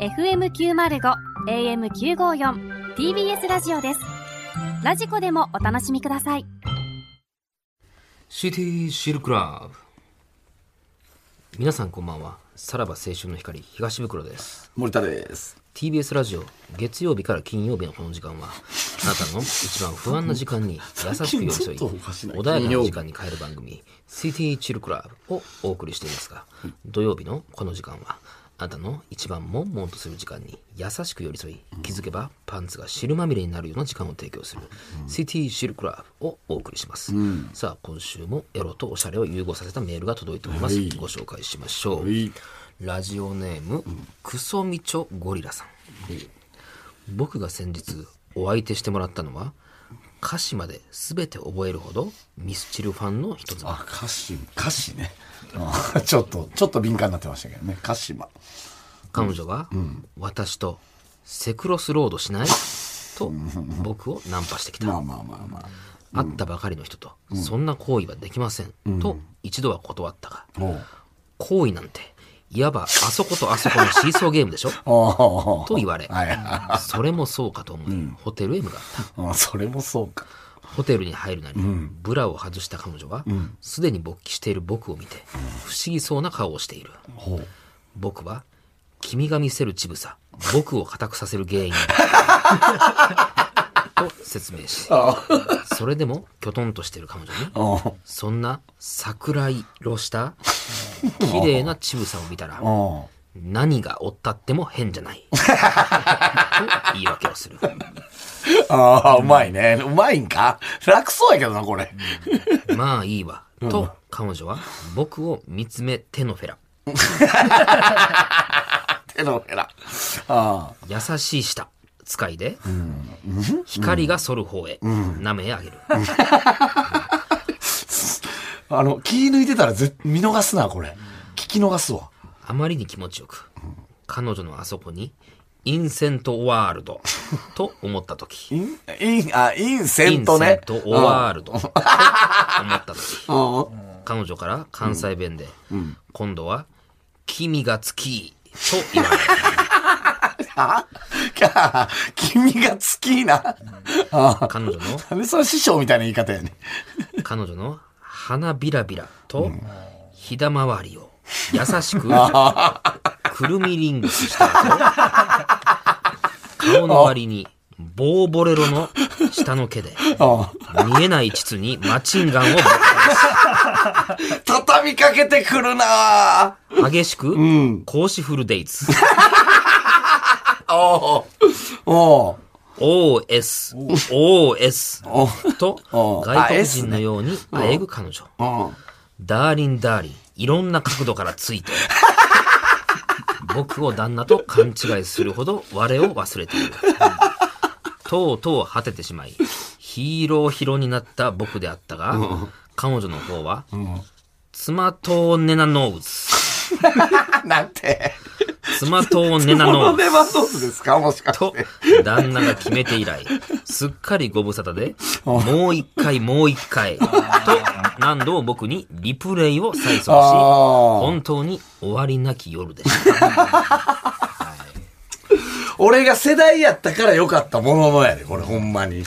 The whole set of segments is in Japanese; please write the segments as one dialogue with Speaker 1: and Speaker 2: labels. Speaker 1: FM905 AM954 TBS ラジオですラジコでもお楽しみください
Speaker 2: シティシルクラブ皆さんこんばんはさらば青春の光東袋です
Speaker 3: 森田です。
Speaker 2: TBS ラジオ月曜日から金曜日のこの時間はあなたの一番不安な時間に優しく寄り添い
Speaker 3: ちょっとおかしない
Speaker 2: 穏やかな時間に変える番組「シティチルクラブ」をお送りしていますが土曜日のこの時間はあなたの一番悶々とする時間に優しく寄り添い気づけばパンツが汁まみれになるような時間を提供する「シティシルクラブ」をお送りします、さあ今週もエロとおしゃれを融合させたメールが届いております、
Speaker 3: はい
Speaker 2: ご紹介しましょう、
Speaker 3: い。
Speaker 2: ラジオネーム、クソミチョゴリラさん。僕が先日お相手してもらったのは、歌詞まで全て覚えるほどミスチルファンの一つ。
Speaker 3: あ、歌詞、歌詞ね。あちょっと、ちょっと敏感になってましたけどね。歌詞は。
Speaker 2: 彼女が、私とセクロスロードしないと僕をナンパしてきた。
Speaker 3: まあまあまあまあ。
Speaker 2: 会ったばかりの人と、そんな行為はできません、と一度は断ったが、
Speaker 3: おう
Speaker 2: 行為なんて、いわばあそことあそこのシーソーゲームでしょ
Speaker 3: おう
Speaker 2: と言われ、
Speaker 3: はいあ
Speaker 2: それもそうかと思い、ホテルへ向かった。
Speaker 3: あ。それもそうか。
Speaker 2: ホテルに入るなり、ブラを外した彼女は、すでに勃起している僕を見て、不思議そうな顔をしている。
Speaker 3: ほう。
Speaker 2: 僕は、君が見せる乳房、僕を固くさせる原因だ。と説明し、それでも、きょとんとしている彼女に、
Speaker 3: おう
Speaker 2: そんな桜色した、綺麗な乳房を見たら、
Speaker 3: おう
Speaker 2: 何がおったっても変じゃない。と言い訳をする。
Speaker 3: ああ、うまいね。うまいんか楽そうやけどな、これ。
Speaker 2: まあいいわ。と、彼女は僕を見つめ手のフェラ。
Speaker 3: 手のひら。あ
Speaker 2: 優しい舌使いで、光が反る方へ舐め上げる、
Speaker 3: あ。あの、気抜いてたらぜ見逃すな、これ。聞き逃すわ。
Speaker 2: あまりに気持ちよく彼女のあそこにインセントワールドと思った時
Speaker 3: イン、イン、あ、インセ
Speaker 2: イン
Speaker 3: ン
Speaker 2: セ
Speaker 3: トね
Speaker 2: ン。トワールドと思った時
Speaker 3: うん
Speaker 2: 彼女から関西弁で、今度は「君が好き」と言われる
Speaker 3: あきゃあ、君が好きな。ああ。
Speaker 2: 彼女の
Speaker 3: なんでその師匠みたいな言い方やねん。
Speaker 2: 彼女の鼻びらびらとひだまわりを優しくくるみリングスした後顔の割に棒ボレロの下の毛で
Speaker 3: あ
Speaker 2: 見えない膣にマチンガンをぶっ
Speaker 3: あ畳みかけてくるな
Speaker 2: 放ち激しく格子フルデイツ
Speaker 3: おおお
Speaker 2: OSOS と
Speaker 3: お
Speaker 2: 外国人のようにあえぐ彼女
Speaker 3: お
Speaker 2: ダーリンダーリン、いろんな角度からつい て。僕を旦那と勘違いするほど我を忘れている。とうとう果ててしまい、ヒーローヒロになった僕であったが、彼女の方は、妻とネナノウズ、
Speaker 3: なんて。
Speaker 2: 妻とネナ
Speaker 3: この
Speaker 2: ノウズ
Speaker 3: ネバソースですかもしかし
Speaker 2: と
Speaker 3: て。
Speaker 2: 旦那が決めて以来、すっかりご無沙汰で、もう一回もう一回、と何度も僕にリプレイを再送し、
Speaker 3: ああ。
Speaker 2: 本当に終わりなき夜で した。
Speaker 3: 俺が世代やったからよかったもののやで、これほんまに。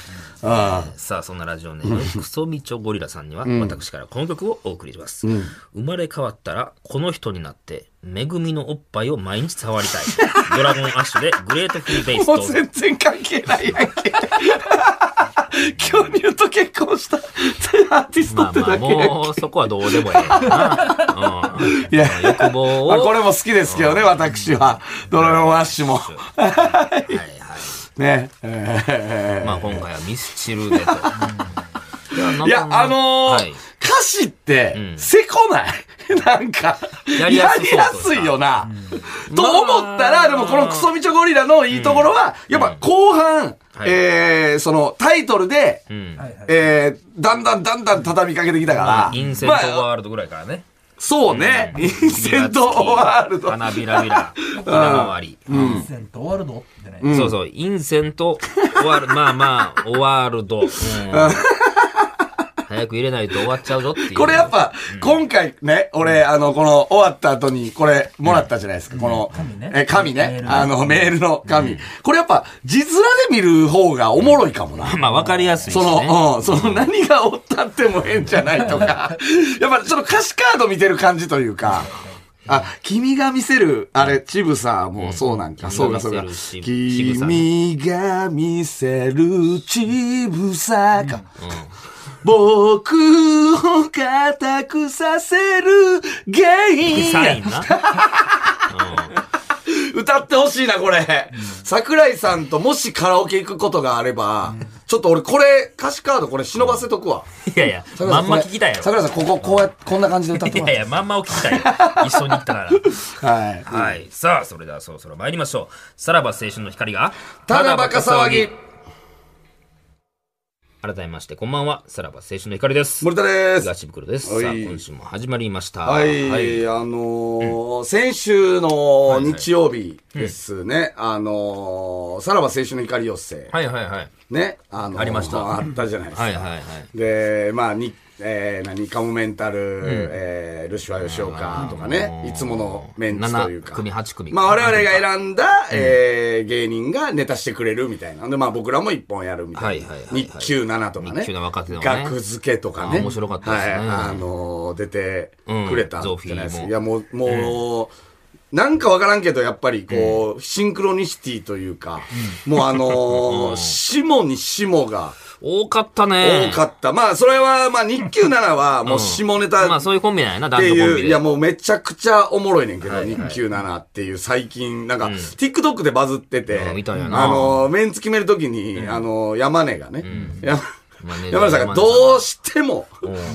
Speaker 3: あ
Speaker 2: さあ、そんなラジオネーム、クソミチョゴリラさんには、私からこの曲をお送りします。生まれ変わったら、この人になって、恵みのおっぱいを毎日触りたい。 ドラゴンアッシュで、グレートフリーベイ
Speaker 3: あ。
Speaker 2: ス
Speaker 3: も
Speaker 2: と
Speaker 3: う、全然関係ないやんけ。巨乳と結婚したアーティスト
Speaker 2: ま
Speaker 3: っ
Speaker 2: あ
Speaker 3: て
Speaker 2: まあ、
Speaker 3: だけ。
Speaker 2: もう、そこはどうでもええな。うん
Speaker 3: いや
Speaker 2: 欲望を。
Speaker 3: あこれも好きですけどね、私は。ドラゴンアッシュも。
Speaker 2: はいはい。
Speaker 3: ね。えー
Speaker 2: まあ、今回はミスチ ルでと。い
Speaker 3: いや、あのー
Speaker 2: はい
Speaker 3: 歌詞って
Speaker 2: う、ん
Speaker 3: せこない。 なんか、
Speaker 2: や
Speaker 3: や
Speaker 2: り
Speaker 3: り
Speaker 2: や
Speaker 3: や
Speaker 2: すそうというか
Speaker 3: すいよな。と
Speaker 2: まあ
Speaker 3: 思ったら、でもこのクソみちょゴリラのいいところは、やっぱ後
Speaker 2: は
Speaker 3: 半、
Speaker 2: い
Speaker 3: えー、そのタイトルで、
Speaker 2: うん。
Speaker 3: えー、だんだんだんだん畳みかけてきたから、
Speaker 2: インセント
Speaker 3: まあ
Speaker 2: ワールドぐらいからね。
Speaker 3: そうね、インセントワールド。
Speaker 2: 花びらびら。花回り。
Speaker 4: インセントワールドってね。
Speaker 2: そうそう。 インセント、終わる、まあまあ、終わると。うんはい早く入れないと終わっちゃうぞっていう。
Speaker 3: これやっぱ、今回ね、俺、あの、この、終わった後に、これ、もらったじゃないですか。この、
Speaker 4: 紙ね
Speaker 3: え、紙
Speaker 4: メー
Speaker 3: ね。
Speaker 4: ルの
Speaker 3: あの、メールの紙。これやっぱ、字面で見る方がおもろいかもな。
Speaker 2: まあ、わかりやすいし
Speaker 3: そ
Speaker 2: ね。
Speaker 3: の、うん、その何がおったっても変じゃないと か、やっぱその歌詞カード見てる感じというか、あ、君が見せる、あれ、ちぶさもそうなんか、
Speaker 2: うん
Speaker 3: そうか、そうか。
Speaker 2: 君が
Speaker 3: 君が見せるちぶさか。僕を固くさせる原
Speaker 2: サイ
Speaker 3: 因
Speaker 2: ン。な。
Speaker 3: 歌ってほしいな、これ。桜井さんともしカラオケ行くことがあれば、ちょっと俺これ、歌詞カードこれ忍ばせとくわ。
Speaker 2: いやいや、まんま聞きたいやろ。
Speaker 3: 桜井さん、ここ、こうやって、こんな感じで歌っ
Speaker 2: い
Speaker 3: ても
Speaker 2: やい
Speaker 3: らっ
Speaker 2: や、まんまを聞きたいよ。一緒に行ったから。
Speaker 3: て。はい。
Speaker 2: はい。さあ、それではそろそろ参りましょう。さらば青春の光が、
Speaker 3: ただバカ騒ぎ。
Speaker 2: 改めまして、こんばんは。さらば青春の光です。
Speaker 3: 森田です。
Speaker 2: 東袋です。
Speaker 3: はい
Speaker 2: さあ、今週も始まりました。
Speaker 3: はい、あのー先週の日曜日ですね、あのーさらば青春の光寄せ、
Speaker 2: はいはいはい。
Speaker 3: ね、あのー
Speaker 2: ありました
Speaker 3: あったじゃないですか。
Speaker 2: はいはいはい。
Speaker 3: で、まあ、に、えー、何、カモメンタル、えー、ルシファー吉岡とかね、いつものメンツという
Speaker 2: 7
Speaker 3: か。
Speaker 2: 組、8組。
Speaker 3: まあ、我々が選んだ、えー、芸人がネタしてくれるみたいな。で、まあ、僕らも一本やるみたいな。
Speaker 2: はいはいはいはい
Speaker 3: 日中7とかね。
Speaker 2: 日給な若手のね
Speaker 3: 学付けとかね。
Speaker 2: あー面白かったですね
Speaker 3: はい。あのー出てくれたじゃないですか。
Speaker 2: うん
Speaker 3: いや、もう、もう、なんかわからんけど、やっぱりこう、シンクロニシティというか、もうあのー、下に下が、
Speaker 2: 多かったね。
Speaker 3: 多かった。まあ、それは、まあ、日給7は、もう下ネタ
Speaker 2: まあ、そういうコンビなんやな、
Speaker 3: っ
Speaker 2: 男
Speaker 3: て
Speaker 2: 女コン
Speaker 3: い
Speaker 2: ビ
Speaker 3: う、
Speaker 2: で。
Speaker 3: いやもうめちゃくちゃおもろいねんけど、
Speaker 2: はいはい
Speaker 3: 日給7っていう最近、なんか、TikTok でバズってて、
Speaker 2: うん見たんやな
Speaker 3: あの、メンツ決めるときに、あの、山根がね、山
Speaker 2: まあね
Speaker 3: 山根さんがどうしても、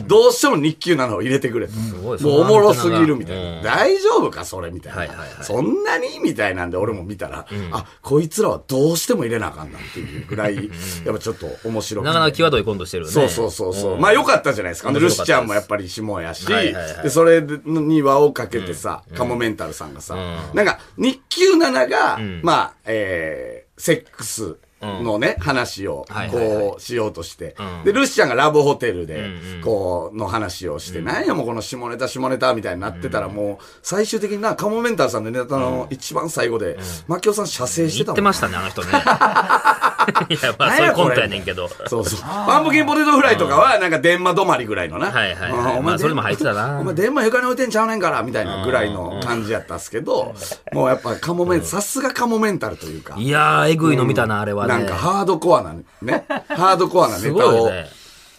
Speaker 3: どうしても日給7を入れてくれと。も
Speaker 2: ごいう
Speaker 3: おもろすぎるみたいな。
Speaker 2: うん
Speaker 3: 大丈夫かそれみたいな、
Speaker 2: はいはいはい
Speaker 3: そんなにみたいなんで俺も見たら、あ、こいつらはどうしても入れなあかんなっていうぐらい、やっぱちょっと面白くて
Speaker 2: なかなか際どいコントしてるよね。
Speaker 3: そうそうそうそう。
Speaker 2: ん
Speaker 3: まあ良かったじゃないですか。で
Speaker 2: 面
Speaker 3: ル
Speaker 2: 白か
Speaker 3: シ
Speaker 2: ったです
Speaker 3: ちゃんもやっぱり下やし、
Speaker 2: はいはいはい
Speaker 3: で、それに輪をかけてさ、カモメンタルさんがさ、なんか、日給7が、まあ、えー、セックス、のね、話を、
Speaker 2: はいはいはい
Speaker 3: こう、しようとして
Speaker 2: うん。
Speaker 3: で、ルシちゃんがラブホテルで
Speaker 2: うんうん、
Speaker 3: こう、の話をして、なんやもうこの下ネタ下ネタみたいになってたら、もう、最終的にな、カモメンタルさんのネタの一番最後で、マキオさん射精して
Speaker 2: 言
Speaker 3: た
Speaker 2: っ
Speaker 3: も
Speaker 2: て
Speaker 3: ん
Speaker 2: ましたね、あの人ね。 いや、まあ、
Speaker 3: 何
Speaker 2: そうい
Speaker 3: や
Speaker 2: うコントやねんけど。
Speaker 3: そうそう。パンプキンポテトフライとかは、なんか、電話止まりぐらいのな。
Speaker 2: はいはいはい
Speaker 3: うん
Speaker 2: まあ
Speaker 3: お前、
Speaker 2: それも入ってたな
Speaker 3: お前、電話床に置いてんちゃうねんから、みたいなぐらいの感じやったっすけど、もうやっぱ、カモメン、さすがカモメンタルというか、
Speaker 2: いやー、えぐいの見たな、あれはね。
Speaker 3: なんか、ハードコアな、ね、ハードコアなネ
Speaker 2: す
Speaker 3: タ
Speaker 2: ごい
Speaker 3: を
Speaker 2: ね。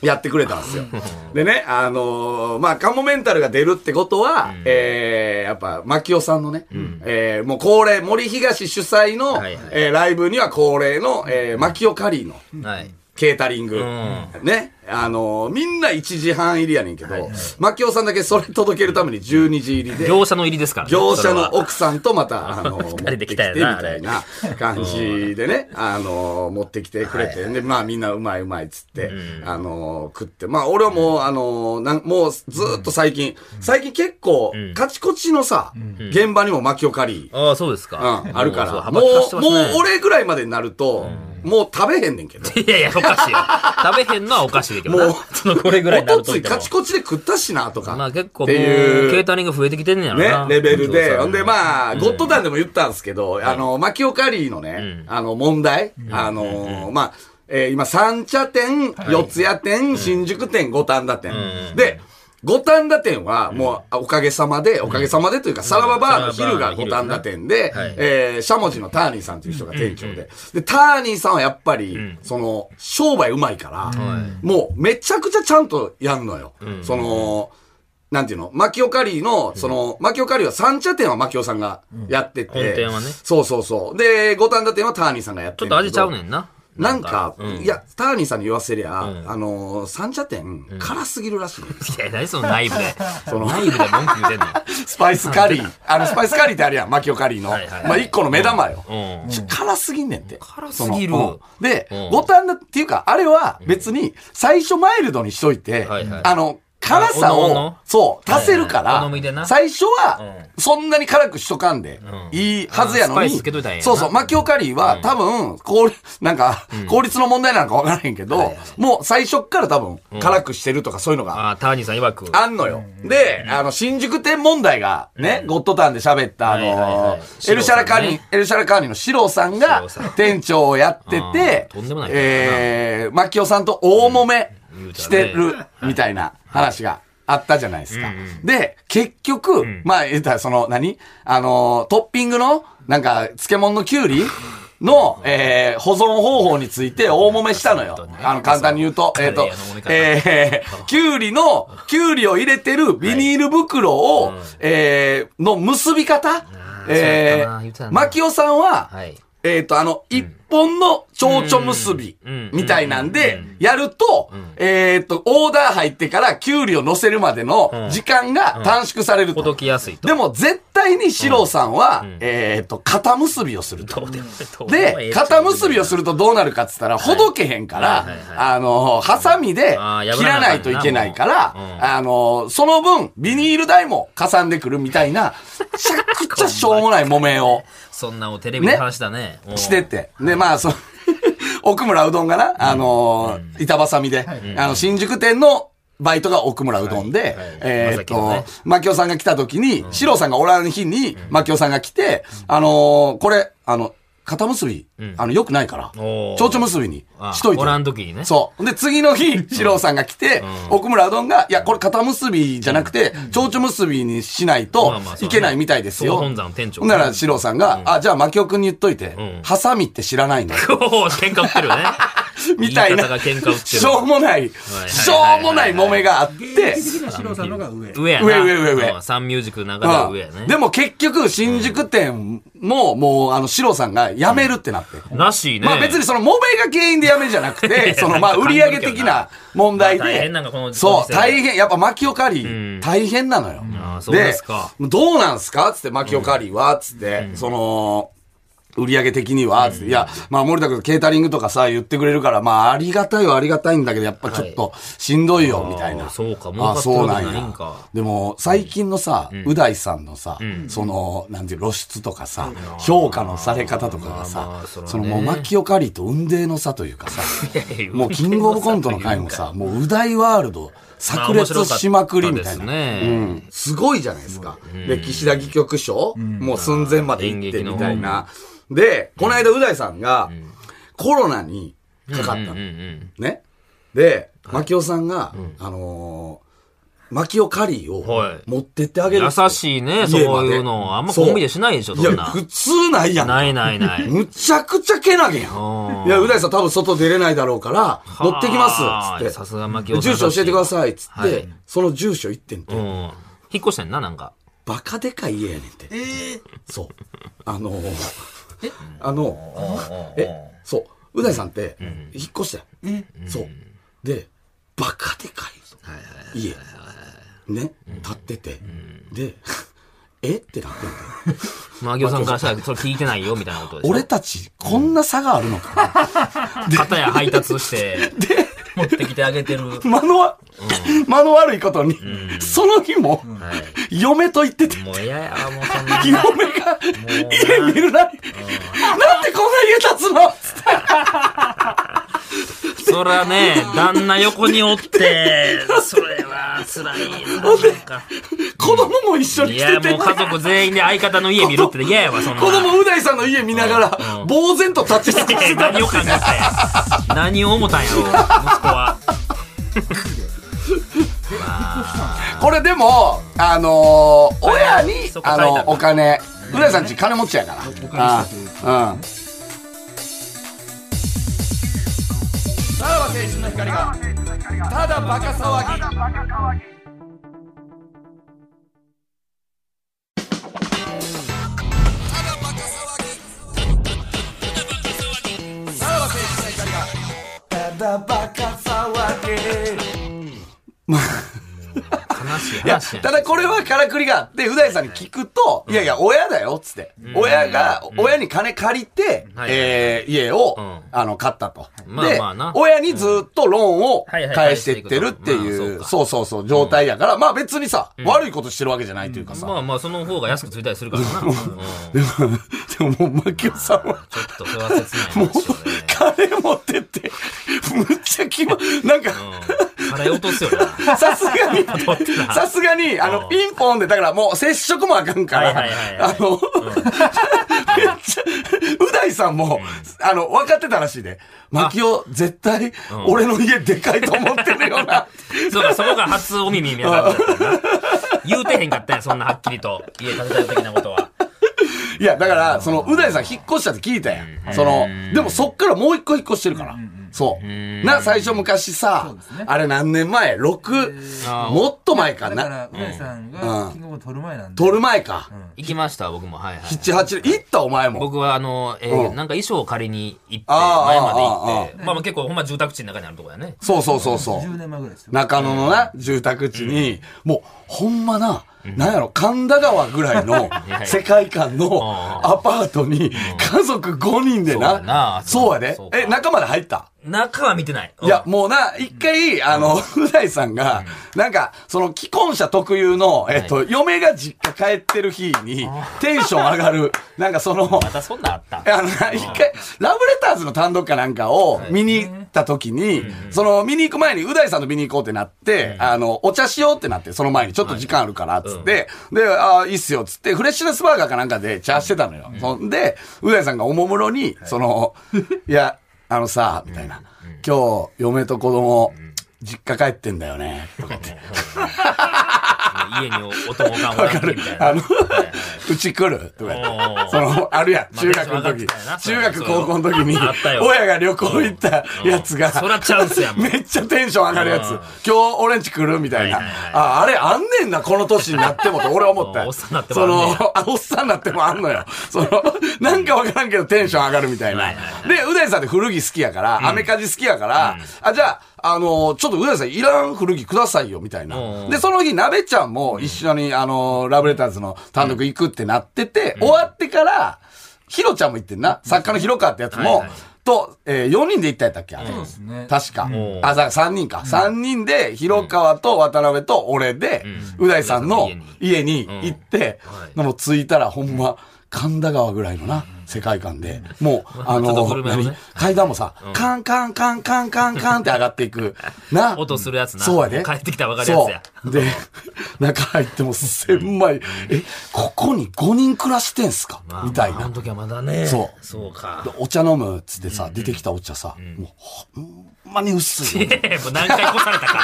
Speaker 3: やってくれたんですよ。でね、あのーまあ、カモメンタルが出るってことは、えー、やっぱ、マキオさんのね、えー、もう恒例、森東主催の、
Speaker 2: はいはい
Speaker 3: えーライブには恒例の、えー、マキオカリーの、
Speaker 2: はい。
Speaker 3: ケータリング。
Speaker 2: ん
Speaker 3: ね。あのーみんな1時半入りやねんけど、マキオさんだけそれ届けるために12時入りで、
Speaker 2: 業者の入りですからね。
Speaker 3: 業者
Speaker 2: それ
Speaker 3: の
Speaker 2: は
Speaker 3: 奥さんとまた、あのー
Speaker 2: 二
Speaker 3: 持っ
Speaker 2: 人
Speaker 3: て
Speaker 2: で
Speaker 3: き
Speaker 2: 来
Speaker 3: て
Speaker 2: た
Speaker 3: み
Speaker 2: よな
Speaker 3: たいな感じでね、あのー持ってきてくれて、で、まあみんなうまいうまいっつって、あのー食って、まあ俺はもう、あのーなん、もうずっと最近、最近結構、カチコチのさ、現場にもマキオカリー、
Speaker 2: ああ、そうですか。
Speaker 3: うん、あるか
Speaker 2: そう
Speaker 3: ら。
Speaker 2: 羽
Speaker 3: も
Speaker 2: ば
Speaker 3: う
Speaker 2: たかして、ま
Speaker 3: も
Speaker 2: す
Speaker 3: う
Speaker 2: ね
Speaker 3: 俺ぐらいまでになると、もう食べへんねんけど。
Speaker 2: いやいや、おかしいよ。食べへんのはおかしいけど
Speaker 3: も
Speaker 2: な
Speaker 3: う。
Speaker 2: その、これぐらいにな
Speaker 3: お
Speaker 2: ると
Speaker 3: とつ
Speaker 2: い
Speaker 3: い
Speaker 2: て
Speaker 3: カ
Speaker 2: も
Speaker 3: チコチで食ったしなとか。
Speaker 2: まあ結構
Speaker 3: っ
Speaker 2: も
Speaker 3: て
Speaker 2: う、
Speaker 3: いう
Speaker 2: ケータリング増えてきてんねやろ
Speaker 3: ね
Speaker 2: な。、
Speaker 3: レベルで。ほんで、
Speaker 2: あ、
Speaker 3: まあ、ゴッドタンでも言ったんですけど、あの、マキオカリーのね、あの、問題、あの、まあ、えー今、三茶店、四谷店、新宿店、五反田店。で、五反田店は、もう、おかげさまで、おかげさまでというか、サラババーの昼が五反田店で
Speaker 2: はい、
Speaker 3: えーしゃもじのターニーさんという人が店長で。で、ターニーさんはやっぱり、その、商売うまいから、もう、めちゃくちゃちゃんとやんのよ。その、なんていうのマキオカリーの、その、マキオカリーは三茶店はマキオさんがやってて。
Speaker 2: 本店はね
Speaker 3: そうそうそう。で、五反田店はターニーさんがやって
Speaker 2: ちょ
Speaker 3: る
Speaker 2: っと味ちゃうね
Speaker 3: んけ
Speaker 2: んな。
Speaker 3: ど。なんか、
Speaker 2: うん
Speaker 3: いや、ターニーさんに言わせりゃ、あのー、三茶店、辛すぎるらしいね。
Speaker 2: いや、何その内部で。
Speaker 3: その
Speaker 2: 内部で文句言うてん の。
Speaker 3: スパイスカリ ー。あの、スパイスカリーってあるやん、マキオカリーの。
Speaker 2: はいはいはい
Speaker 3: まあ、一個の目玉よ。
Speaker 2: うん
Speaker 3: ちょ辛すぎんねんて。
Speaker 2: 辛すぎる
Speaker 3: そのうんで
Speaker 2: うん、
Speaker 3: 五反田っていうか、あれは別に、最初マイルドにしといて
Speaker 2: はいはい、
Speaker 3: あの、辛さ
Speaker 2: あおのお
Speaker 3: を
Speaker 2: の、
Speaker 3: そう、足せるか
Speaker 2: お好みで
Speaker 3: ら、
Speaker 2: な
Speaker 3: 最初は、そんなに辛くしとかんで、いいはずやの
Speaker 2: うんスパイ
Speaker 3: に
Speaker 2: スつけといたんや、な
Speaker 3: そうそう、マキオカリーは多分、効率なんか、効率の問題なのかわからへんけ
Speaker 2: はいはい、
Speaker 3: どもう最初っから多分、辛くしてるとかそういうのが
Speaker 2: あー、ターニーさん曰く。
Speaker 3: あんのよ。で、あの、新宿店問題が、ね、ゴッドタンで喋った、あ
Speaker 2: はいはいは
Speaker 3: の
Speaker 2: い
Speaker 3: ー、エルシャラカーニ
Speaker 2: シロさんね、
Speaker 3: エルシャラカーニのシローさん
Speaker 2: シロ
Speaker 3: が
Speaker 2: さん、
Speaker 3: 店長をやってて
Speaker 2: あーとんでもない、人だな
Speaker 3: えー、マキオさんと大揉め
Speaker 2: うん言うたね
Speaker 3: してる、みたいな話が。あったじゃないですか。で、結局、まあ、言ったらその、何あのー、トッピングの、なんか、漬物のきゅうりの、えー、保存方法について大揉めしたのよ
Speaker 2: そういうこ。とね
Speaker 3: あの、簡単に言うと、えっと
Speaker 2: カレーの揉め、方
Speaker 3: えーえーきゅうりの、きゅうりを入れてるビニール袋を、えーの結び方
Speaker 2: あーそう
Speaker 3: え
Speaker 2: やったな言ってた
Speaker 3: ー、
Speaker 2: な
Speaker 3: マキオさんは、
Speaker 2: はい。
Speaker 3: えっ、と、あの、一本の蝶々結び
Speaker 2: うん
Speaker 3: みたいなん
Speaker 2: う
Speaker 3: で
Speaker 2: ん、
Speaker 3: やると、えっ、と、オーダー入ってからきゅうりを乗せるまでの時間が短縮される
Speaker 2: ほ
Speaker 3: と
Speaker 2: ど。きやすいと。
Speaker 3: でも絶対に四郎さんは、えっ、と、肩結びをすると。
Speaker 2: どうでもいいと思う、
Speaker 3: で、肩結びをす
Speaker 2: る。
Speaker 3: るとどうなるかって言ったら、ほどけへんから
Speaker 2: はいはいはい、
Speaker 3: あの、ハサミで
Speaker 2: あー
Speaker 3: 切らないといけないから
Speaker 2: 破らなあかんなもうう、ん
Speaker 3: あの、その分、ビニール代もかさんでくるみた いな、めちゃくちゃしょうもない木綿を
Speaker 2: そんなのテレビで話したね。うん
Speaker 3: してて。で、まあ、その、 奥村うどんがな、あの、板挟みで、あの、新宿店の、バイトが奥村うどんで
Speaker 2: はいはい、
Speaker 3: えーっ
Speaker 2: まさきの
Speaker 3: と
Speaker 2: ね、
Speaker 3: マキオさんが来た時に、シローさんがおらん日に、マキオさんが来て、あのー、これ、あの、肩結び、あの、良くないから、
Speaker 2: おー
Speaker 3: 蝶々結びに
Speaker 2: あ
Speaker 3: しといて
Speaker 2: お。らん時にね。
Speaker 3: そう。で、次の日、シローさんが来て、奥村うどんが、いや、これ肩結びじゃなくて、蝶々結びにしないと
Speaker 2: まあまあそう
Speaker 3: いけないみたいですよ。
Speaker 2: 総本山の店長
Speaker 3: ほんなら、シローさんが、あ、じゃあ、マキオ君に言っといて、
Speaker 2: ん
Speaker 3: ハサミって知らないの
Speaker 2: おー喧嘩売ってるね。
Speaker 3: みたい
Speaker 2: 言
Speaker 3: な、
Speaker 2: 方が喧嘩売ってる。
Speaker 3: しょうもない、
Speaker 2: はい
Speaker 3: しょうもない揉めがあって、
Speaker 4: 的にはシロさんのが上。
Speaker 2: 上やな。
Speaker 3: 上上上上
Speaker 2: うんサンミュージックの中で上や
Speaker 3: う
Speaker 2: ね
Speaker 3: ん。でも結局、新宿店も、もう、あの、シローさんが辞めるってなって。
Speaker 2: らしいね。
Speaker 3: まあ別にその揉めが原因でやめじゃなく て、そのまあ売り上げ的な問題で。
Speaker 2: まあ大変なんかこの
Speaker 3: そう、
Speaker 2: この店
Speaker 3: 大変。やっぱマキオカリ
Speaker 2: う
Speaker 3: ー、
Speaker 2: ん
Speaker 3: 大変なのよ。
Speaker 2: ああそうですか
Speaker 3: どうなんすかつって、マキオカリーはつって、その、売り上げ的には、つって、いや、まあ森田君、ケータリングとかさ、言ってくれるから、まあありがたいはありがたいんだけど、やっぱちょっとしんどいよ、みたい
Speaker 2: あ
Speaker 3: な。
Speaker 2: あそうか儲か
Speaker 3: あ
Speaker 2: っ
Speaker 3: あ
Speaker 2: てる
Speaker 3: そう
Speaker 2: わ
Speaker 3: な
Speaker 2: け
Speaker 3: ん
Speaker 2: ないん
Speaker 3: や
Speaker 2: か。
Speaker 3: でも、最近のさ、う大さんのさ、その、なんていう、露出とかさ、評価のされ方とかが
Speaker 2: まあま
Speaker 3: さ
Speaker 2: あ、そらね
Speaker 3: そのもうマキオカリーと雲泥の差というか さ、もうキングオブコントの回もさ、もうう大ワールド
Speaker 2: まあ
Speaker 3: 炸裂しまくりみたいな。
Speaker 2: 面白かったです
Speaker 3: う
Speaker 2: ね
Speaker 3: んすごいじゃないですか。で、岸田戯曲賞、もう寸前まで行ってみたいな。で、この間、う大さんが、コロナにかかったの。
Speaker 2: うんうん
Speaker 3: ね。で、マキオさんが、あのー、マキオカリー
Speaker 2: は
Speaker 3: を
Speaker 2: い
Speaker 3: 持ってってあげる。
Speaker 2: 優しいね、そう
Speaker 3: 家まで
Speaker 2: いうの。あんまコンビでしないでしょ、
Speaker 3: いや、
Speaker 2: そんな。
Speaker 3: 普通ないやん。
Speaker 2: ないないない。
Speaker 3: むちゃくちゃけなげやん。
Speaker 2: ー
Speaker 3: いや、う大さん多分外出れないだろうから、乗ってきます。つって。
Speaker 2: さすが牧雄さん
Speaker 3: 住所教えてください。つって、
Speaker 2: はい
Speaker 3: その住所行ってんて、
Speaker 2: うん。引っ越してんな、なんか。
Speaker 3: バカでかい家やねんて。
Speaker 4: ええ
Speaker 3: そう。あのー、あのー、え、そう。う大さんって、引っ越したよ。そう。で、バカでかい家。ね、立ってて。で、 えってなってんだよ
Speaker 2: 牧雄さんからしたら、それ聞いてないよ、みたいなことでしょ。
Speaker 3: 俺たち、こんな差があるのか
Speaker 2: 片や配達 して、持ってきてあげてる。は
Speaker 3: な。間のわ、間の悪いことに、その日も、嫁と言ってて
Speaker 2: い。。もう嫌やわ、もうそんな。
Speaker 3: 嫁が家見るな。なんでこんな家建つのつって
Speaker 2: そらね、旦那横におって、それは辛いな、なんか。
Speaker 3: 子供も一緒に
Speaker 2: い
Speaker 3: 来て
Speaker 2: や、
Speaker 3: て。
Speaker 2: もう家族全員で相方の家見るって嫌やわ、そんな。
Speaker 3: 子供う大さんの家見ながら、呆然と立ち尽くしてた。
Speaker 2: 何を考えて何を思ったんやろう、息子は。
Speaker 3: これでも、あのー親に
Speaker 2: そ、こ書い
Speaker 3: あ
Speaker 2: たんだ
Speaker 3: の、お金、う大さんち金持ちやから。ああうん。さらば青春の光が、ただバカ騒ぎ。
Speaker 2: 悲しい
Speaker 3: いや、
Speaker 2: 話やん
Speaker 3: ただこれはからくりがあって、う大さんに聞くと、いやいや、親だよ、つって。親が、親に金借りて、
Speaker 2: はい
Speaker 3: えー家を
Speaker 2: うん、
Speaker 3: あの、買ったと。
Speaker 2: まあ
Speaker 3: で
Speaker 2: まあな、
Speaker 3: 親にずっとローンを
Speaker 2: はいはい
Speaker 3: 返してってるって
Speaker 2: まあそう
Speaker 3: いう、
Speaker 2: か
Speaker 3: そうそうそう、状態やから、まあ別にさ、悪いことしてるわけじゃないというか
Speaker 2: ま
Speaker 3: さ。
Speaker 2: あまあ、その方が安くついたりするからな。うん、ちょ
Speaker 3: でも、でももう、マキオさんは、
Speaker 2: っと、それは切ない話よね。
Speaker 3: 金持ってって、むっちゃ気ま、なんか、
Speaker 2: うん。払い落とすよな。
Speaker 3: さすがに
Speaker 2: 取ってな、
Speaker 3: さすがに、あの、
Speaker 2: うん
Speaker 3: ピンポンで、だからもう接触もあかんから、
Speaker 2: はいはいはいはい
Speaker 3: あの、 めっちゃ、う大さんも、あの、分かってたらしいで、マキオ、絶対、俺の家でかいと思ってるよ な。
Speaker 2: そうか、そこが初お耳みたいな感じだったよな。言うてへんかったんや、そんなはっきりと。家建てたよ的なことは。
Speaker 3: いや、だから、その、う大さん引っ越したって聞いたやん。その、でもそっからもう一個引っ越してるから。そう。な、最初昔さ
Speaker 4: そうですね、
Speaker 3: あれ何年前 ?6、もっと前か
Speaker 4: だから、
Speaker 3: な。
Speaker 4: う大さん
Speaker 3: う
Speaker 4: が
Speaker 3: ん
Speaker 4: キングオブコント取る前なんで。
Speaker 3: 取る前か。
Speaker 2: 行きました、僕も。はいはい。
Speaker 3: 7、8、行ったお前も。
Speaker 2: 僕は、あの、えー
Speaker 3: うん
Speaker 2: なんか衣装を借りに行って、前
Speaker 3: あー
Speaker 2: まで行って、
Speaker 4: あー
Speaker 2: まあまあ結構、ほんま住宅地の中にあるとこやね。
Speaker 3: そうそうそうそう。
Speaker 4: 10年前ぐらいですよ。
Speaker 3: 中野のな、住宅地に、もう、ほんまな、なんやろ、神田川ぐらいの
Speaker 2: や
Speaker 3: 世界観の
Speaker 2: ん
Speaker 3: アパートに、家族5人で
Speaker 2: そうや
Speaker 3: な
Speaker 2: な、
Speaker 3: そうやで
Speaker 2: そう。か
Speaker 3: え、中まで入った
Speaker 2: 中は見てない。うん
Speaker 3: いや、、もうな、一回、あの、う大さんが、なんか、その、既婚者特有の、えっと、嫁が実家帰ってる日に、テンション上がる、なんかその、
Speaker 2: またそんなんあった。
Speaker 3: あの、一回、ラブレターズの単独かなんかを見に行った時に、その、見に行く前に、う大さんと見に行こうってなって、あの、お茶しようってなって、その前にちょっと時間あるから、つって、で、ああ、いいっすよ、つって、フレッシュネスバーガーかなんかで茶してたのよ。そんで、う大さんがおもむろに、その、いや、あのさ、みたいな、今日、嫁と子供、実家 帰ってんだよね。
Speaker 2: 家にお供がもらってみたいな。
Speaker 3: あの
Speaker 2: はいはい、
Speaker 3: うち来るとか言って
Speaker 2: おー
Speaker 3: その、あるやん、
Speaker 2: まあ
Speaker 3: 中学の時
Speaker 2: テンション上がってたよな。それ
Speaker 3: 中
Speaker 2: は
Speaker 3: 学高校の時に
Speaker 2: そうあった、よ
Speaker 3: 親が旅行行ったやつが、
Speaker 2: そらチャンスやもん。
Speaker 3: めっちゃテンション上がるやつ
Speaker 2: うん。
Speaker 3: 今日俺んち来るみたいな。
Speaker 2: はいはいはい
Speaker 3: あ、あれあんねんな、この年になってもと俺思ったよ。
Speaker 2: おっさんになっても
Speaker 3: そ
Speaker 2: あんねや
Speaker 3: の、あ おっさんになってもあんのよ。その、なんかわからんけどテンション上がるみたいな
Speaker 2: はいは。
Speaker 3: で、うだいさんって古着好きやから、アメカジ好きやから、あ、じゃあ、あの、ちょっとうだいさんいらん古着くださいよ、みたい
Speaker 2: うんう
Speaker 3: な。
Speaker 2: ん
Speaker 3: で、その日、鍋ちゃんも一緒に、あの、ラブレターズの単独行くってなってて、終わってから、ヒロちゃんも行ってんな。作家のヒロカってやつ
Speaker 2: はい
Speaker 3: も
Speaker 2: はい、
Speaker 3: と、え4人で行ったやったっけあれ
Speaker 4: そうですね。
Speaker 3: 確か
Speaker 2: ん。
Speaker 3: あ、だから3人か。3人で、広川と渡辺と俺で、う大さんの家に
Speaker 2: ん
Speaker 3: 行って
Speaker 2: は、い
Speaker 3: でも着いたらほんま、神田川ぐらいのな、世界観で、もう、あ
Speaker 2: ちょっと
Speaker 3: の、
Speaker 2: 古めのね
Speaker 3: 何階段もさ、カンカンカンカンカンカンって上がって いく。な。
Speaker 2: 音するやつな。
Speaker 3: そうやで。
Speaker 2: 帰ってきたら分かるやつや。
Speaker 3: そう。で、 中入っても狭い。え、ここに5人暮らしてんすか
Speaker 2: まあ
Speaker 3: みたい
Speaker 2: まああ
Speaker 3: な
Speaker 2: の。時はまだね。
Speaker 3: そう
Speaker 2: そうか
Speaker 3: で。お茶飲むっつってさ、出てきたお茶さ、もうほんまに薄いよ。
Speaker 2: ええもう何回越された か。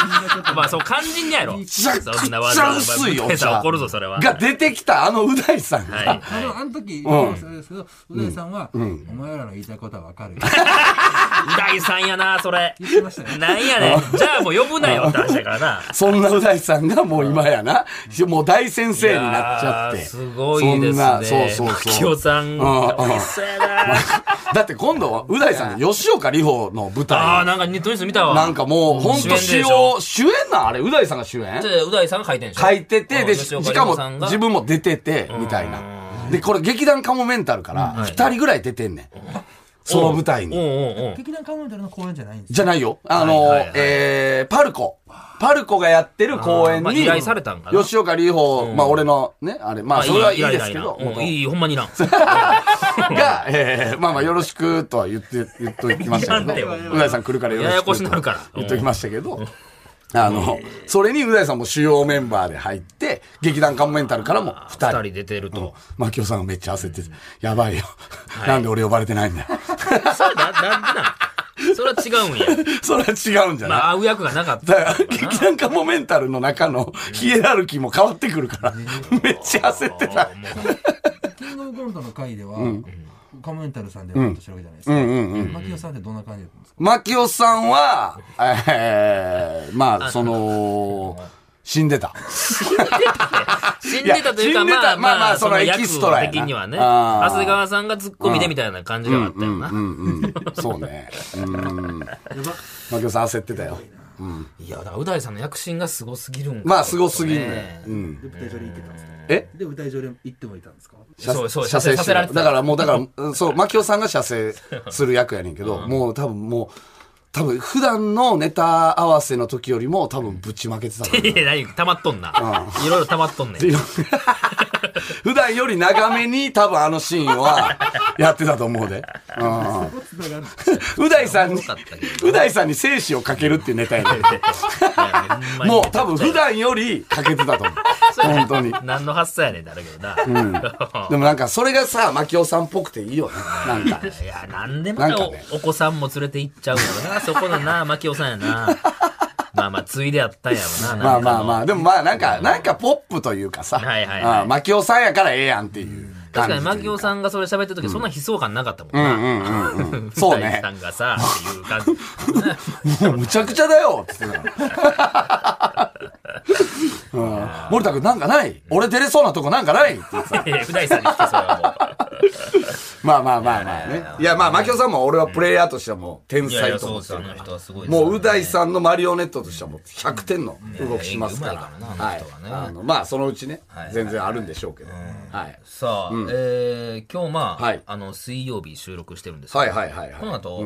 Speaker 2: まあそう肝心にやろ。
Speaker 3: めちゃく
Speaker 2: そん
Speaker 3: ち
Speaker 2: なわざ
Speaker 3: ゃ
Speaker 2: わざ
Speaker 3: 薄いお
Speaker 2: ペタ
Speaker 3: 茶
Speaker 2: 怒るぞ、それは。
Speaker 3: が出てきたあのう大さん
Speaker 2: はい
Speaker 3: が、
Speaker 4: あ
Speaker 2: はい
Speaker 4: の、あの時、言ってたんですけど、う大さんは、お前らの言いたいことはわかるよ。
Speaker 2: う大さんやな、それ。
Speaker 4: 言ってましたよね。
Speaker 2: なんやねん。じゃあもう呼ぶなよって話だから な。
Speaker 3: そんなう大さんがもう今やな、もう大先生になっちゃっ
Speaker 2: い
Speaker 3: て。
Speaker 2: やーすごいですね。
Speaker 3: そんな、そうそう
Speaker 2: 牧
Speaker 3: そう
Speaker 2: 雄。さん、
Speaker 3: うん
Speaker 2: かわいそう やな。
Speaker 3: だって今度はう大さんの吉岡里帆の舞
Speaker 2: ああ、
Speaker 3: 台。
Speaker 2: なんかネットニュース見たわ。
Speaker 3: なんかもうほんと
Speaker 2: 主演で
Speaker 3: 主
Speaker 2: しょ
Speaker 3: 要、主演なんあれう大さんが主演
Speaker 2: ちょっとう大さんが書いてんでしょ
Speaker 3: 書いてて、
Speaker 2: うん
Speaker 3: で、し
Speaker 2: 吉岡
Speaker 3: か
Speaker 2: 里帆
Speaker 3: も
Speaker 2: さんが
Speaker 3: 自分も出てて、みたいな。で、これ劇団カモメンタルから、二人ぐらい出てんねん。その舞台に
Speaker 2: うん。うんうん。
Speaker 4: 劇団カモメンタルの公演じゃないんですよ。
Speaker 3: じゃないよ。あの、
Speaker 2: はいはいはい
Speaker 3: えー、パルコ。パルコがやってる公
Speaker 2: あー
Speaker 3: 演に、
Speaker 2: まあ依頼されたんかな
Speaker 3: 吉岡里帆、まあ俺のね、あれ、まあそれはいいです
Speaker 2: いらん
Speaker 3: けど、
Speaker 2: いらんいらん
Speaker 3: 元
Speaker 2: うんいい、ほんまにいらん。
Speaker 3: が、えー、まあまあよろしくとは言って、言っときましたけど、
Speaker 2: いらんて
Speaker 3: う大さん来るからよろしくと。
Speaker 2: ややこしになるから
Speaker 3: 言っときましたけど、あの、それにう大さんも主要メンバーで入って、劇団カモメンタルからも二
Speaker 2: 二
Speaker 3: 人
Speaker 2: 人。出てると。
Speaker 3: マキオさんがめっちゃ焦ってて、やばいよ。なんで俺呼ばれてないんだよ。
Speaker 2: それな、なんでなんそれは違うんや。
Speaker 3: それは違うんじゃない
Speaker 2: まあ、会う役がなかった
Speaker 3: だから、劇団カモメンタルの中のヒエラルキーも変わってくるから、めっちゃ焦ってた。
Speaker 2: も
Speaker 4: キングオブコントの回では、カモメンタルさんでコントしてるわけじゃないですか。マキオさんってどんな感じだったんですか
Speaker 3: マキオさんは、えー、まあ、その、死んでた。
Speaker 2: う死んでたという
Speaker 3: いや死
Speaker 2: か、
Speaker 3: んでた
Speaker 2: まあ、
Speaker 3: まあまあその
Speaker 2: 役
Speaker 3: エキストラやな
Speaker 2: 的にはね、
Speaker 3: あー
Speaker 2: 長谷川さんがツッコミでみたいな感じがあったよな。
Speaker 3: うんうん。そうね。うん。マキオさん焦ってたよ。
Speaker 2: いやだからう大さんの躍進がすごすぎるんか
Speaker 3: まあ、すごすぎん
Speaker 2: ちょっと
Speaker 3: ね
Speaker 2: ね。
Speaker 3: うん。
Speaker 5: で舞台上で行ってたんですか
Speaker 3: え
Speaker 5: で舞台上で行ってもいたんですか
Speaker 2: そうそう
Speaker 3: 射
Speaker 2: 射
Speaker 3: 精
Speaker 2: 精させられてた
Speaker 3: だからもう、だからうん、そう、マキオさんが射精する役やねんけど、もう多分もう、多分普段のネタ合わせの時よりも多分ぶちまけてたから
Speaker 2: いや何溜まっとんな。いろいろ溜まっとんねん。
Speaker 3: 普段より長めに多分あのシーンはやってたと思うで。 うん。う大さんに、う大さんに生死をかけるっていうネタやねん。もう多分普段よりかけてたと思う。本当に。
Speaker 2: 何の発想やねんだろうけどな。
Speaker 3: でもなんかそれがさ、マキオさんっぽくて いいよね。なんか。
Speaker 2: いや、なんでまた
Speaker 3: なん
Speaker 2: お,、
Speaker 3: かね
Speaker 2: 子さんも連れて行っちゃうんやろな。そこのな、マキオさんやな。まあまあ、ついでやったんやろな。
Speaker 3: まあまあま
Speaker 2: あ。
Speaker 3: あ、でもまあなんか、なんかポップというかさ、
Speaker 2: はいはいはい
Speaker 3: あマキオさんやからええやんっていう
Speaker 2: 確
Speaker 3: 感じ
Speaker 2: か
Speaker 3: という
Speaker 2: に、マキオさんがそれ喋った時、そんな悲壮感なかったもん
Speaker 3: う
Speaker 2: な。
Speaker 3: んうんうんうん。
Speaker 2: う
Speaker 3: そう
Speaker 2: 大
Speaker 3: ね
Speaker 2: さ。んがさ、っていう感じ。
Speaker 3: もうむちゃくちゃだよっつってたのうん森田君なんかない俺照れそうなとこなんかないって言ってた
Speaker 2: いやいやう大さんに来て、それはもう。
Speaker 3: まあまあまあまあね。いやまあ、槙尾さんも俺はプレイヤーとしてはもう天
Speaker 2: いやい
Speaker 3: 才
Speaker 2: や、
Speaker 3: と
Speaker 2: そ
Speaker 3: 思
Speaker 2: うで
Speaker 3: って
Speaker 2: すよ。あ
Speaker 3: る
Speaker 2: の人はすごいですよ
Speaker 3: も
Speaker 2: ね。
Speaker 3: う、う大さんのマリオネットとしてはもう100点の動きしますか。
Speaker 2: いやいや演技うまいかららな
Speaker 3: は
Speaker 2: あ
Speaker 3: い
Speaker 2: の人は。ね
Speaker 3: あのまあ、そのうちね
Speaker 2: はい、
Speaker 3: 全然あるんでしょうけど。はい。
Speaker 2: さあ、えー、今日まあ、
Speaker 3: はい
Speaker 2: あの、水曜日収録してるんですけど、
Speaker 3: はいはいはいはい。
Speaker 2: この後、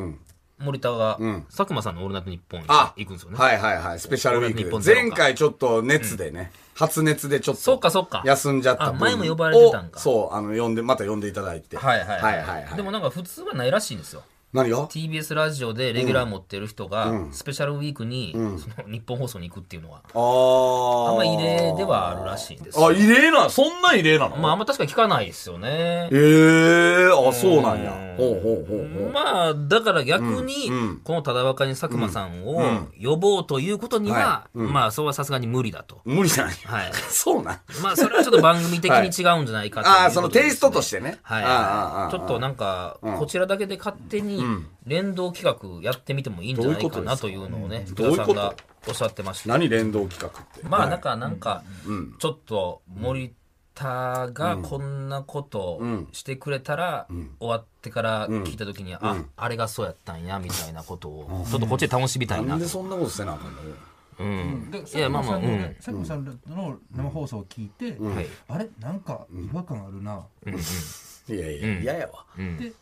Speaker 2: 森田が、佐久間さんのオールナイトニッポンに
Speaker 3: あ
Speaker 2: 行くんですよね。
Speaker 3: はいはいはい。スペシャルウィ
Speaker 2: 日
Speaker 3: ー
Speaker 2: 本
Speaker 3: ク
Speaker 2: ゼロ
Speaker 3: で。
Speaker 2: か
Speaker 3: 前回ちょっと熱でね、発熱でちょっと。
Speaker 2: そうかそうか
Speaker 3: 休んじゃった
Speaker 2: あ
Speaker 3: 分
Speaker 2: 前も呼ばれてたんか
Speaker 3: をそう、あの、呼んで、また呼んでいただいて。
Speaker 2: はいはい
Speaker 3: はいはいはい
Speaker 2: でもなんか普通はないらしいんですよ。
Speaker 3: 何が
Speaker 2: TBS ラジオでレギュラー持ってる人が、スペシャルウィークに、その日本放送に行くっていうのは、
Speaker 3: あー。
Speaker 2: あんま異例ではあるらしいんですよ
Speaker 3: あ、異例な、そんな異例なの
Speaker 2: まああんま確かに聞かないですよね
Speaker 3: え。えー、あ、そうなんや。ほうほうほうほう。
Speaker 2: まあ、だから逆に、このただ若に佐久間さんを呼ぼうということには、まあ、それはさすがに無理だと。
Speaker 3: 無理なんや。
Speaker 2: はい。
Speaker 3: そう なん。
Speaker 2: まあ、それはちょっと番組的に違うんじゃないかということですね、
Speaker 3: ああー、そのテイストとしてね。
Speaker 2: はい
Speaker 3: あーあーあー
Speaker 2: ちょっとなんか、こちらだけで勝手に連動企画やってみてもいいんじゃないかなというのをね、
Speaker 3: どう
Speaker 2: 福
Speaker 3: い
Speaker 2: 田さん
Speaker 3: うこと
Speaker 2: がおっしゃってました。
Speaker 3: 何連動企画って。
Speaker 2: まあ、
Speaker 3: は
Speaker 2: ないんか、なんか、ちょっと森田がこんなことしてくれたら、終わってから聞いたときに、あ、あれがそうやったんや、みたいなことを、ちょっとこっちで楽しみたい
Speaker 3: な
Speaker 2: なん
Speaker 3: で。そんなことせなあかんの
Speaker 4: で佐
Speaker 2: いや
Speaker 4: 久
Speaker 2: まあ
Speaker 4: 間
Speaker 2: まあ
Speaker 4: さん
Speaker 2: うん
Speaker 4: の佐久間さんの生放送を聞いて
Speaker 2: はい
Speaker 4: あれなんか違和感あるなっ
Speaker 3: いやいや、嫌やわ。
Speaker 4: て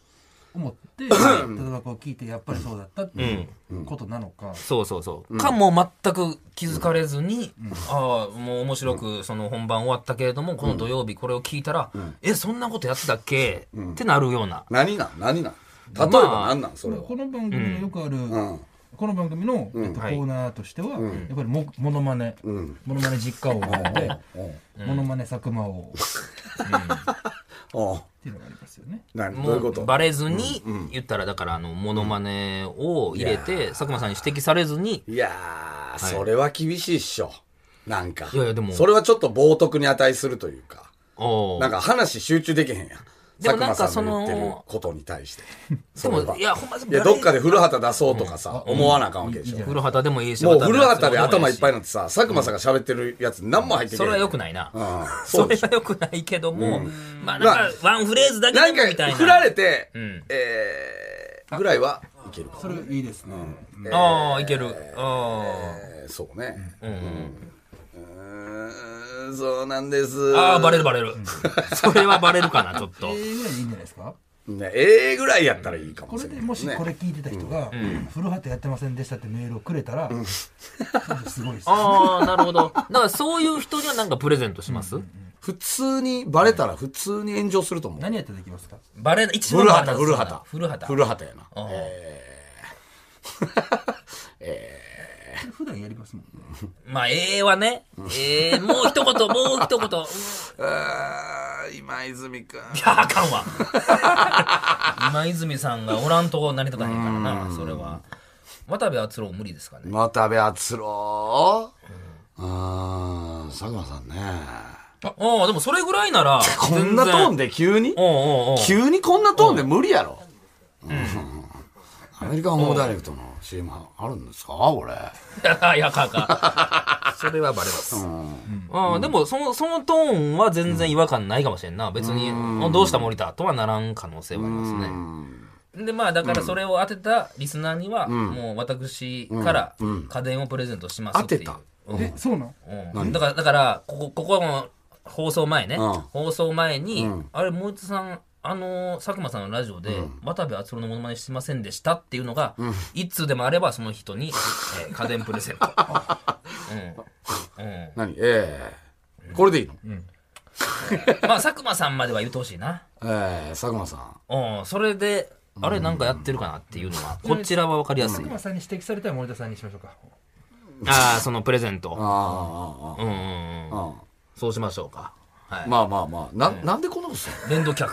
Speaker 4: 思 って「ただばこ」を聞いてやっぱりそうだったっていうことなのか
Speaker 2: そうそうそう。か、もう全く気づかれずに、ああ、もう面白く、その本番終わったけれども、この土曜日これを聞いたら、え、そんなことやってたっけってなるような。
Speaker 3: 何なん何なん例えば何なんそれは。
Speaker 4: この番組のよくある
Speaker 3: うん。
Speaker 4: この番組の、えっと、コ
Speaker 2: はい
Speaker 4: ーナーとしては、やっぱりもモノマネ、モノマネ実家王なんで、モノマネ佐久間王っ
Speaker 3: おう
Speaker 4: ていうのがありますよね。
Speaker 3: 何どう
Speaker 2: も
Speaker 3: いうこと
Speaker 2: うバレずに、言ったら、だから、あの、モノマネを入れて、佐久間さんに指摘されずに、
Speaker 3: いやー、それは厳しいっしょ。なんか。
Speaker 2: いやいやでも
Speaker 3: それはちょっと冒涜に値するというか。
Speaker 2: おう
Speaker 3: なんか話集中できへんやん。
Speaker 2: でも
Speaker 3: 佐久
Speaker 2: なん
Speaker 3: 間
Speaker 2: か
Speaker 3: さんの言って
Speaker 2: そ
Speaker 3: る
Speaker 2: の
Speaker 3: ことに対して。
Speaker 2: で
Speaker 3: それ
Speaker 2: も、
Speaker 3: はい
Speaker 2: や、ほんま、
Speaker 3: いや、どっかで古畑出そうとかさ、思わなあかんわけでしょ。
Speaker 2: 古畑でもいいし、
Speaker 3: もう古畑で頭いっぱい
Speaker 2: い
Speaker 3: になってさ、佐久間さんが喋ってるやつ何も入ってけ
Speaker 2: そ
Speaker 3: へん
Speaker 2: れは良く
Speaker 3: い。
Speaker 2: ないな。
Speaker 3: うん。そ
Speaker 2: そう
Speaker 3: で
Speaker 2: れ
Speaker 3: しょ
Speaker 2: は良くないけども、まあ、なんか、ワンフレーズだけ
Speaker 3: な
Speaker 2: で
Speaker 3: ん
Speaker 2: もみたい
Speaker 3: か、
Speaker 2: な。
Speaker 3: 振られて
Speaker 2: ん、
Speaker 3: えー、ぐらいはいけるか
Speaker 4: そ。れいいですね。
Speaker 2: ああ、いける。あ
Speaker 3: えーそうね。
Speaker 2: あ。うん。
Speaker 3: うーん、そうなんです。
Speaker 2: ああ、バレるバレる。 それはバレるかな、ちょっと
Speaker 4: え。えぐらいでいいんじゃないですか
Speaker 3: ね、ええぐらいやったらいいかも
Speaker 4: こ
Speaker 3: し
Speaker 4: れ
Speaker 3: れない、
Speaker 4: でもしこれ聞いてた人が、古畑やってませんでしたってメールをくれたら、すごいですね。
Speaker 2: ああ、なるほど。だからそういう人にはなんかプレゼントします
Speaker 3: 普通にバレたら普通に炎上すると思う。
Speaker 4: 何やったらできますか
Speaker 2: バレない。一番
Speaker 3: 古畑、
Speaker 2: バレ
Speaker 3: 古
Speaker 2: ない
Speaker 3: 畑。
Speaker 2: 古畑。
Speaker 3: 古畑やな。
Speaker 2: ああ
Speaker 4: 普段やりますもんね。
Speaker 2: まあ、ええはね。ええもう一言、もう一 言。うん
Speaker 3: あー今泉くん。
Speaker 2: いや、あかんわ。 今泉さんがおらんと成り立たへんからな、それは。渡部篤郎無理ですかね。
Speaker 3: 渡部篤郎うーん、佐久間さんね。
Speaker 2: ああ、でもそれぐらいなら。
Speaker 3: こんなトーン
Speaker 2: で。
Speaker 3: で急に
Speaker 2: おうおうおう
Speaker 3: 急にこんなトーンで無理やろ。うんアメリカンホームダイレクトの CM あるんですかこ れ。
Speaker 2: いや、いやかんかん。それはバレます。ああでもその、そのトーンは全然違和感ないかもしれんな。別に、あどうした森田とはならん可能性はありますね。でまあだからそれを当てたリスナーには、もう私から家電をプレゼントしますっていう、
Speaker 3: 当て
Speaker 5: え、そうなん
Speaker 2: うんだからだからここここはもう放送前ね、
Speaker 3: うん
Speaker 2: 放送前に、あれもう一さんあのー佐久間さんのラジオで、渡部篤郎のものまねしてませんでしたっていうのが、一通でもあればその人に、 えー家電プレゼントうん、うん
Speaker 3: 何ええこれでいいの
Speaker 2: まあ佐久間さんまでは言ってほしいな
Speaker 3: ええ佐久間さん。
Speaker 2: うんそれであれなんかやってるかなっていうのは、こちらは分かりやすい、
Speaker 4: 佐久間さんに指摘されたら森田さんにしましょうか
Speaker 2: ああそのプレゼント
Speaker 3: あ
Speaker 2: うんうん
Speaker 3: あ、あ
Speaker 2: うん
Speaker 3: あ、あ
Speaker 2: そうしましょうかは
Speaker 3: あ。
Speaker 2: い
Speaker 3: まあまあまあ。な、なんでこんなことする
Speaker 2: 連動客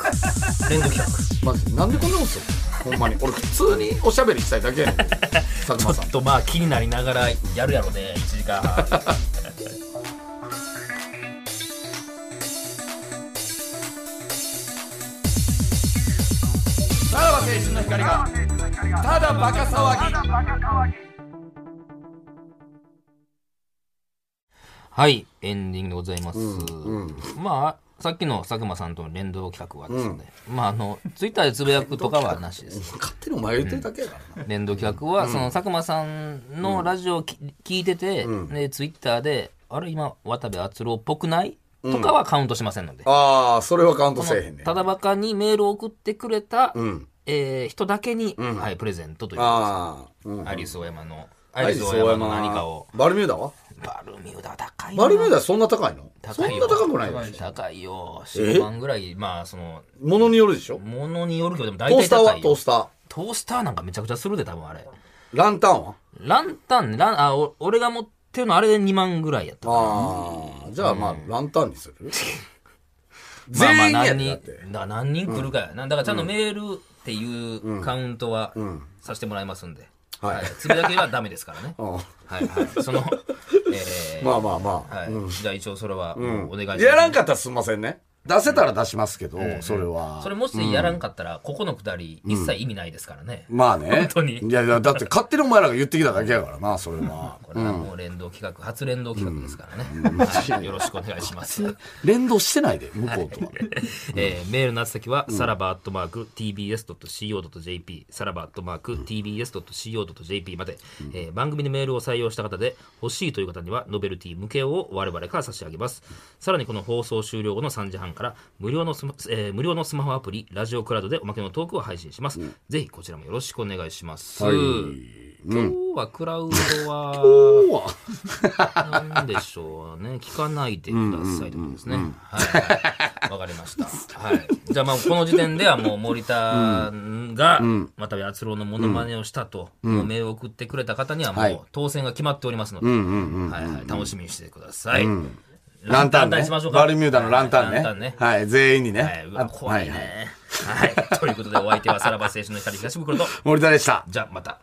Speaker 2: 連動客
Speaker 3: のマジでなんでこんなことするのほんまに。俺普通におしゃべりしたいだけ やねん。佐久間
Speaker 2: ち
Speaker 3: さ
Speaker 2: ょ
Speaker 3: ん
Speaker 2: っ。とまあ気になりながらやるやろね1時間半
Speaker 3: さらば青春の光が、ただバカ騒ぎ。
Speaker 2: はいエンディングでございます、
Speaker 3: うん
Speaker 2: まあさっきの佐久間さんとの連動企画はですね、まああのツイッターでつぶやくとかはなしです
Speaker 3: 勝手にお前が言ってるだけやからな。
Speaker 2: 連動企画はその佐久間さんのラジオをき、聞いてて、でツイッターであれ今渡部篤郎っぽくないとかはカウントしませんので、
Speaker 3: ああ、それはカウント
Speaker 2: こ
Speaker 3: せ
Speaker 2: の
Speaker 3: えへんねん。
Speaker 2: ただバカにメールを送ってくれた、
Speaker 3: ん
Speaker 2: えー人だけに、はい、プレゼントという
Speaker 3: ああ、うん。
Speaker 2: アリス大山のアリス大山の何かを
Speaker 3: バルミューダは
Speaker 2: バルミューダは高いな
Speaker 3: バルミューダそんな高いの
Speaker 2: 高いよ
Speaker 3: そんな高くないでしょ
Speaker 2: 高いよ
Speaker 3: え
Speaker 2: 4万ぐらいまあその
Speaker 3: ものによるでしょ
Speaker 2: ものによるけどでも
Speaker 3: ト
Speaker 2: 大
Speaker 3: ー
Speaker 2: 体
Speaker 3: スター
Speaker 2: 高
Speaker 3: はい
Speaker 2: よ
Speaker 3: トースター。
Speaker 2: トースターなんかめちゃくちゃするで多分あれ
Speaker 3: ランタンは
Speaker 2: ランタンランあお俺が持ってるのあれで2万ぐらいやった
Speaker 3: ああ、じゃあまあ、ランタンにする
Speaker 2: まあまあ
Speaker 3: 全員や
Speaker 2: 何
Speaker 3: でだっ
Speaker 2: 人
Speaker 3: て。
Speaker 2: だから何人来るかやなだからちゃんとメールっていうカウントはさせてもらいますんで
Speaker 3: はい
Speaker 2: はいつぶやきはダメですからね
Speaker 3: うん
Speaker 2: はいはい そのえー
Speaker 3: まあまあまあ。
Speaker 2: はいじゃあ一応それはもうお願いします
Speaker 3: やらんかったらすんませんね。出せたら出しますけど、それは
Speaker 2: そ。れもしやらんかったら、ここのくだり、一切意味ないですからね。
Speaker 3: まあね。
Speaker 2: 本当に
Speaker 3: いやいや、だって勝手にお前らが言ってきただけやからな、それ は。
Speaker 2: これはもう連動企画、初連動企画ですからね。はいよろしくお願いします。
Speaker 3: 連動してないで、向こうとは。
Speaker 2: えーメールの宛先は、さらばアットマーク tbs.co.jp、さらばアットマーク tbs.co.jp まで、えー番組でメールを採用した方で、欲しいという方には、ノベルティ向けを我々から差し上げます。さらにこの放送終了後の3時半から、無料のスマ、えー無料のスマホアプリ、ラジオクラウドでおまけのトークを配信します。ぜひこちらもよろしくお願いします。今日はクラウドは、
Speaker 3: 今日は
Speaker 2: なんでしょう ね。聞かないでくださいということですね。はいはい。わかりました。はい。じゃあまあ、この時点ではもう森田が、また八郎のモノマネをしたと、もうメールを送ってくれた方には
Speaker 3: は
Speaker 2: も
Speaker 3: いう
Speaker 2: 当選が決まっておりますので、はいはい。楽しみにしてください。
Speaker 3: ランタン
Speaker 2: ラ
Speaker 3: ね
Speaker 2: しましょう。か
Speaker 3: バルミューダのランタン
Speaker 2: ランタンね
Speaker 3: ね。。はい、全員に
Speaker 2: はい。
Speaker 3: ね
Speaker 2: う。
Speaker 3: あ
Speaker 2: わ、怖い
Speaker 3: はいはい
Speaker 2: ね。はい。ということで、お相手はさらば青春の光東袋と、
Speaker 3: 森田でした。
Speaker 2: じゃあまた。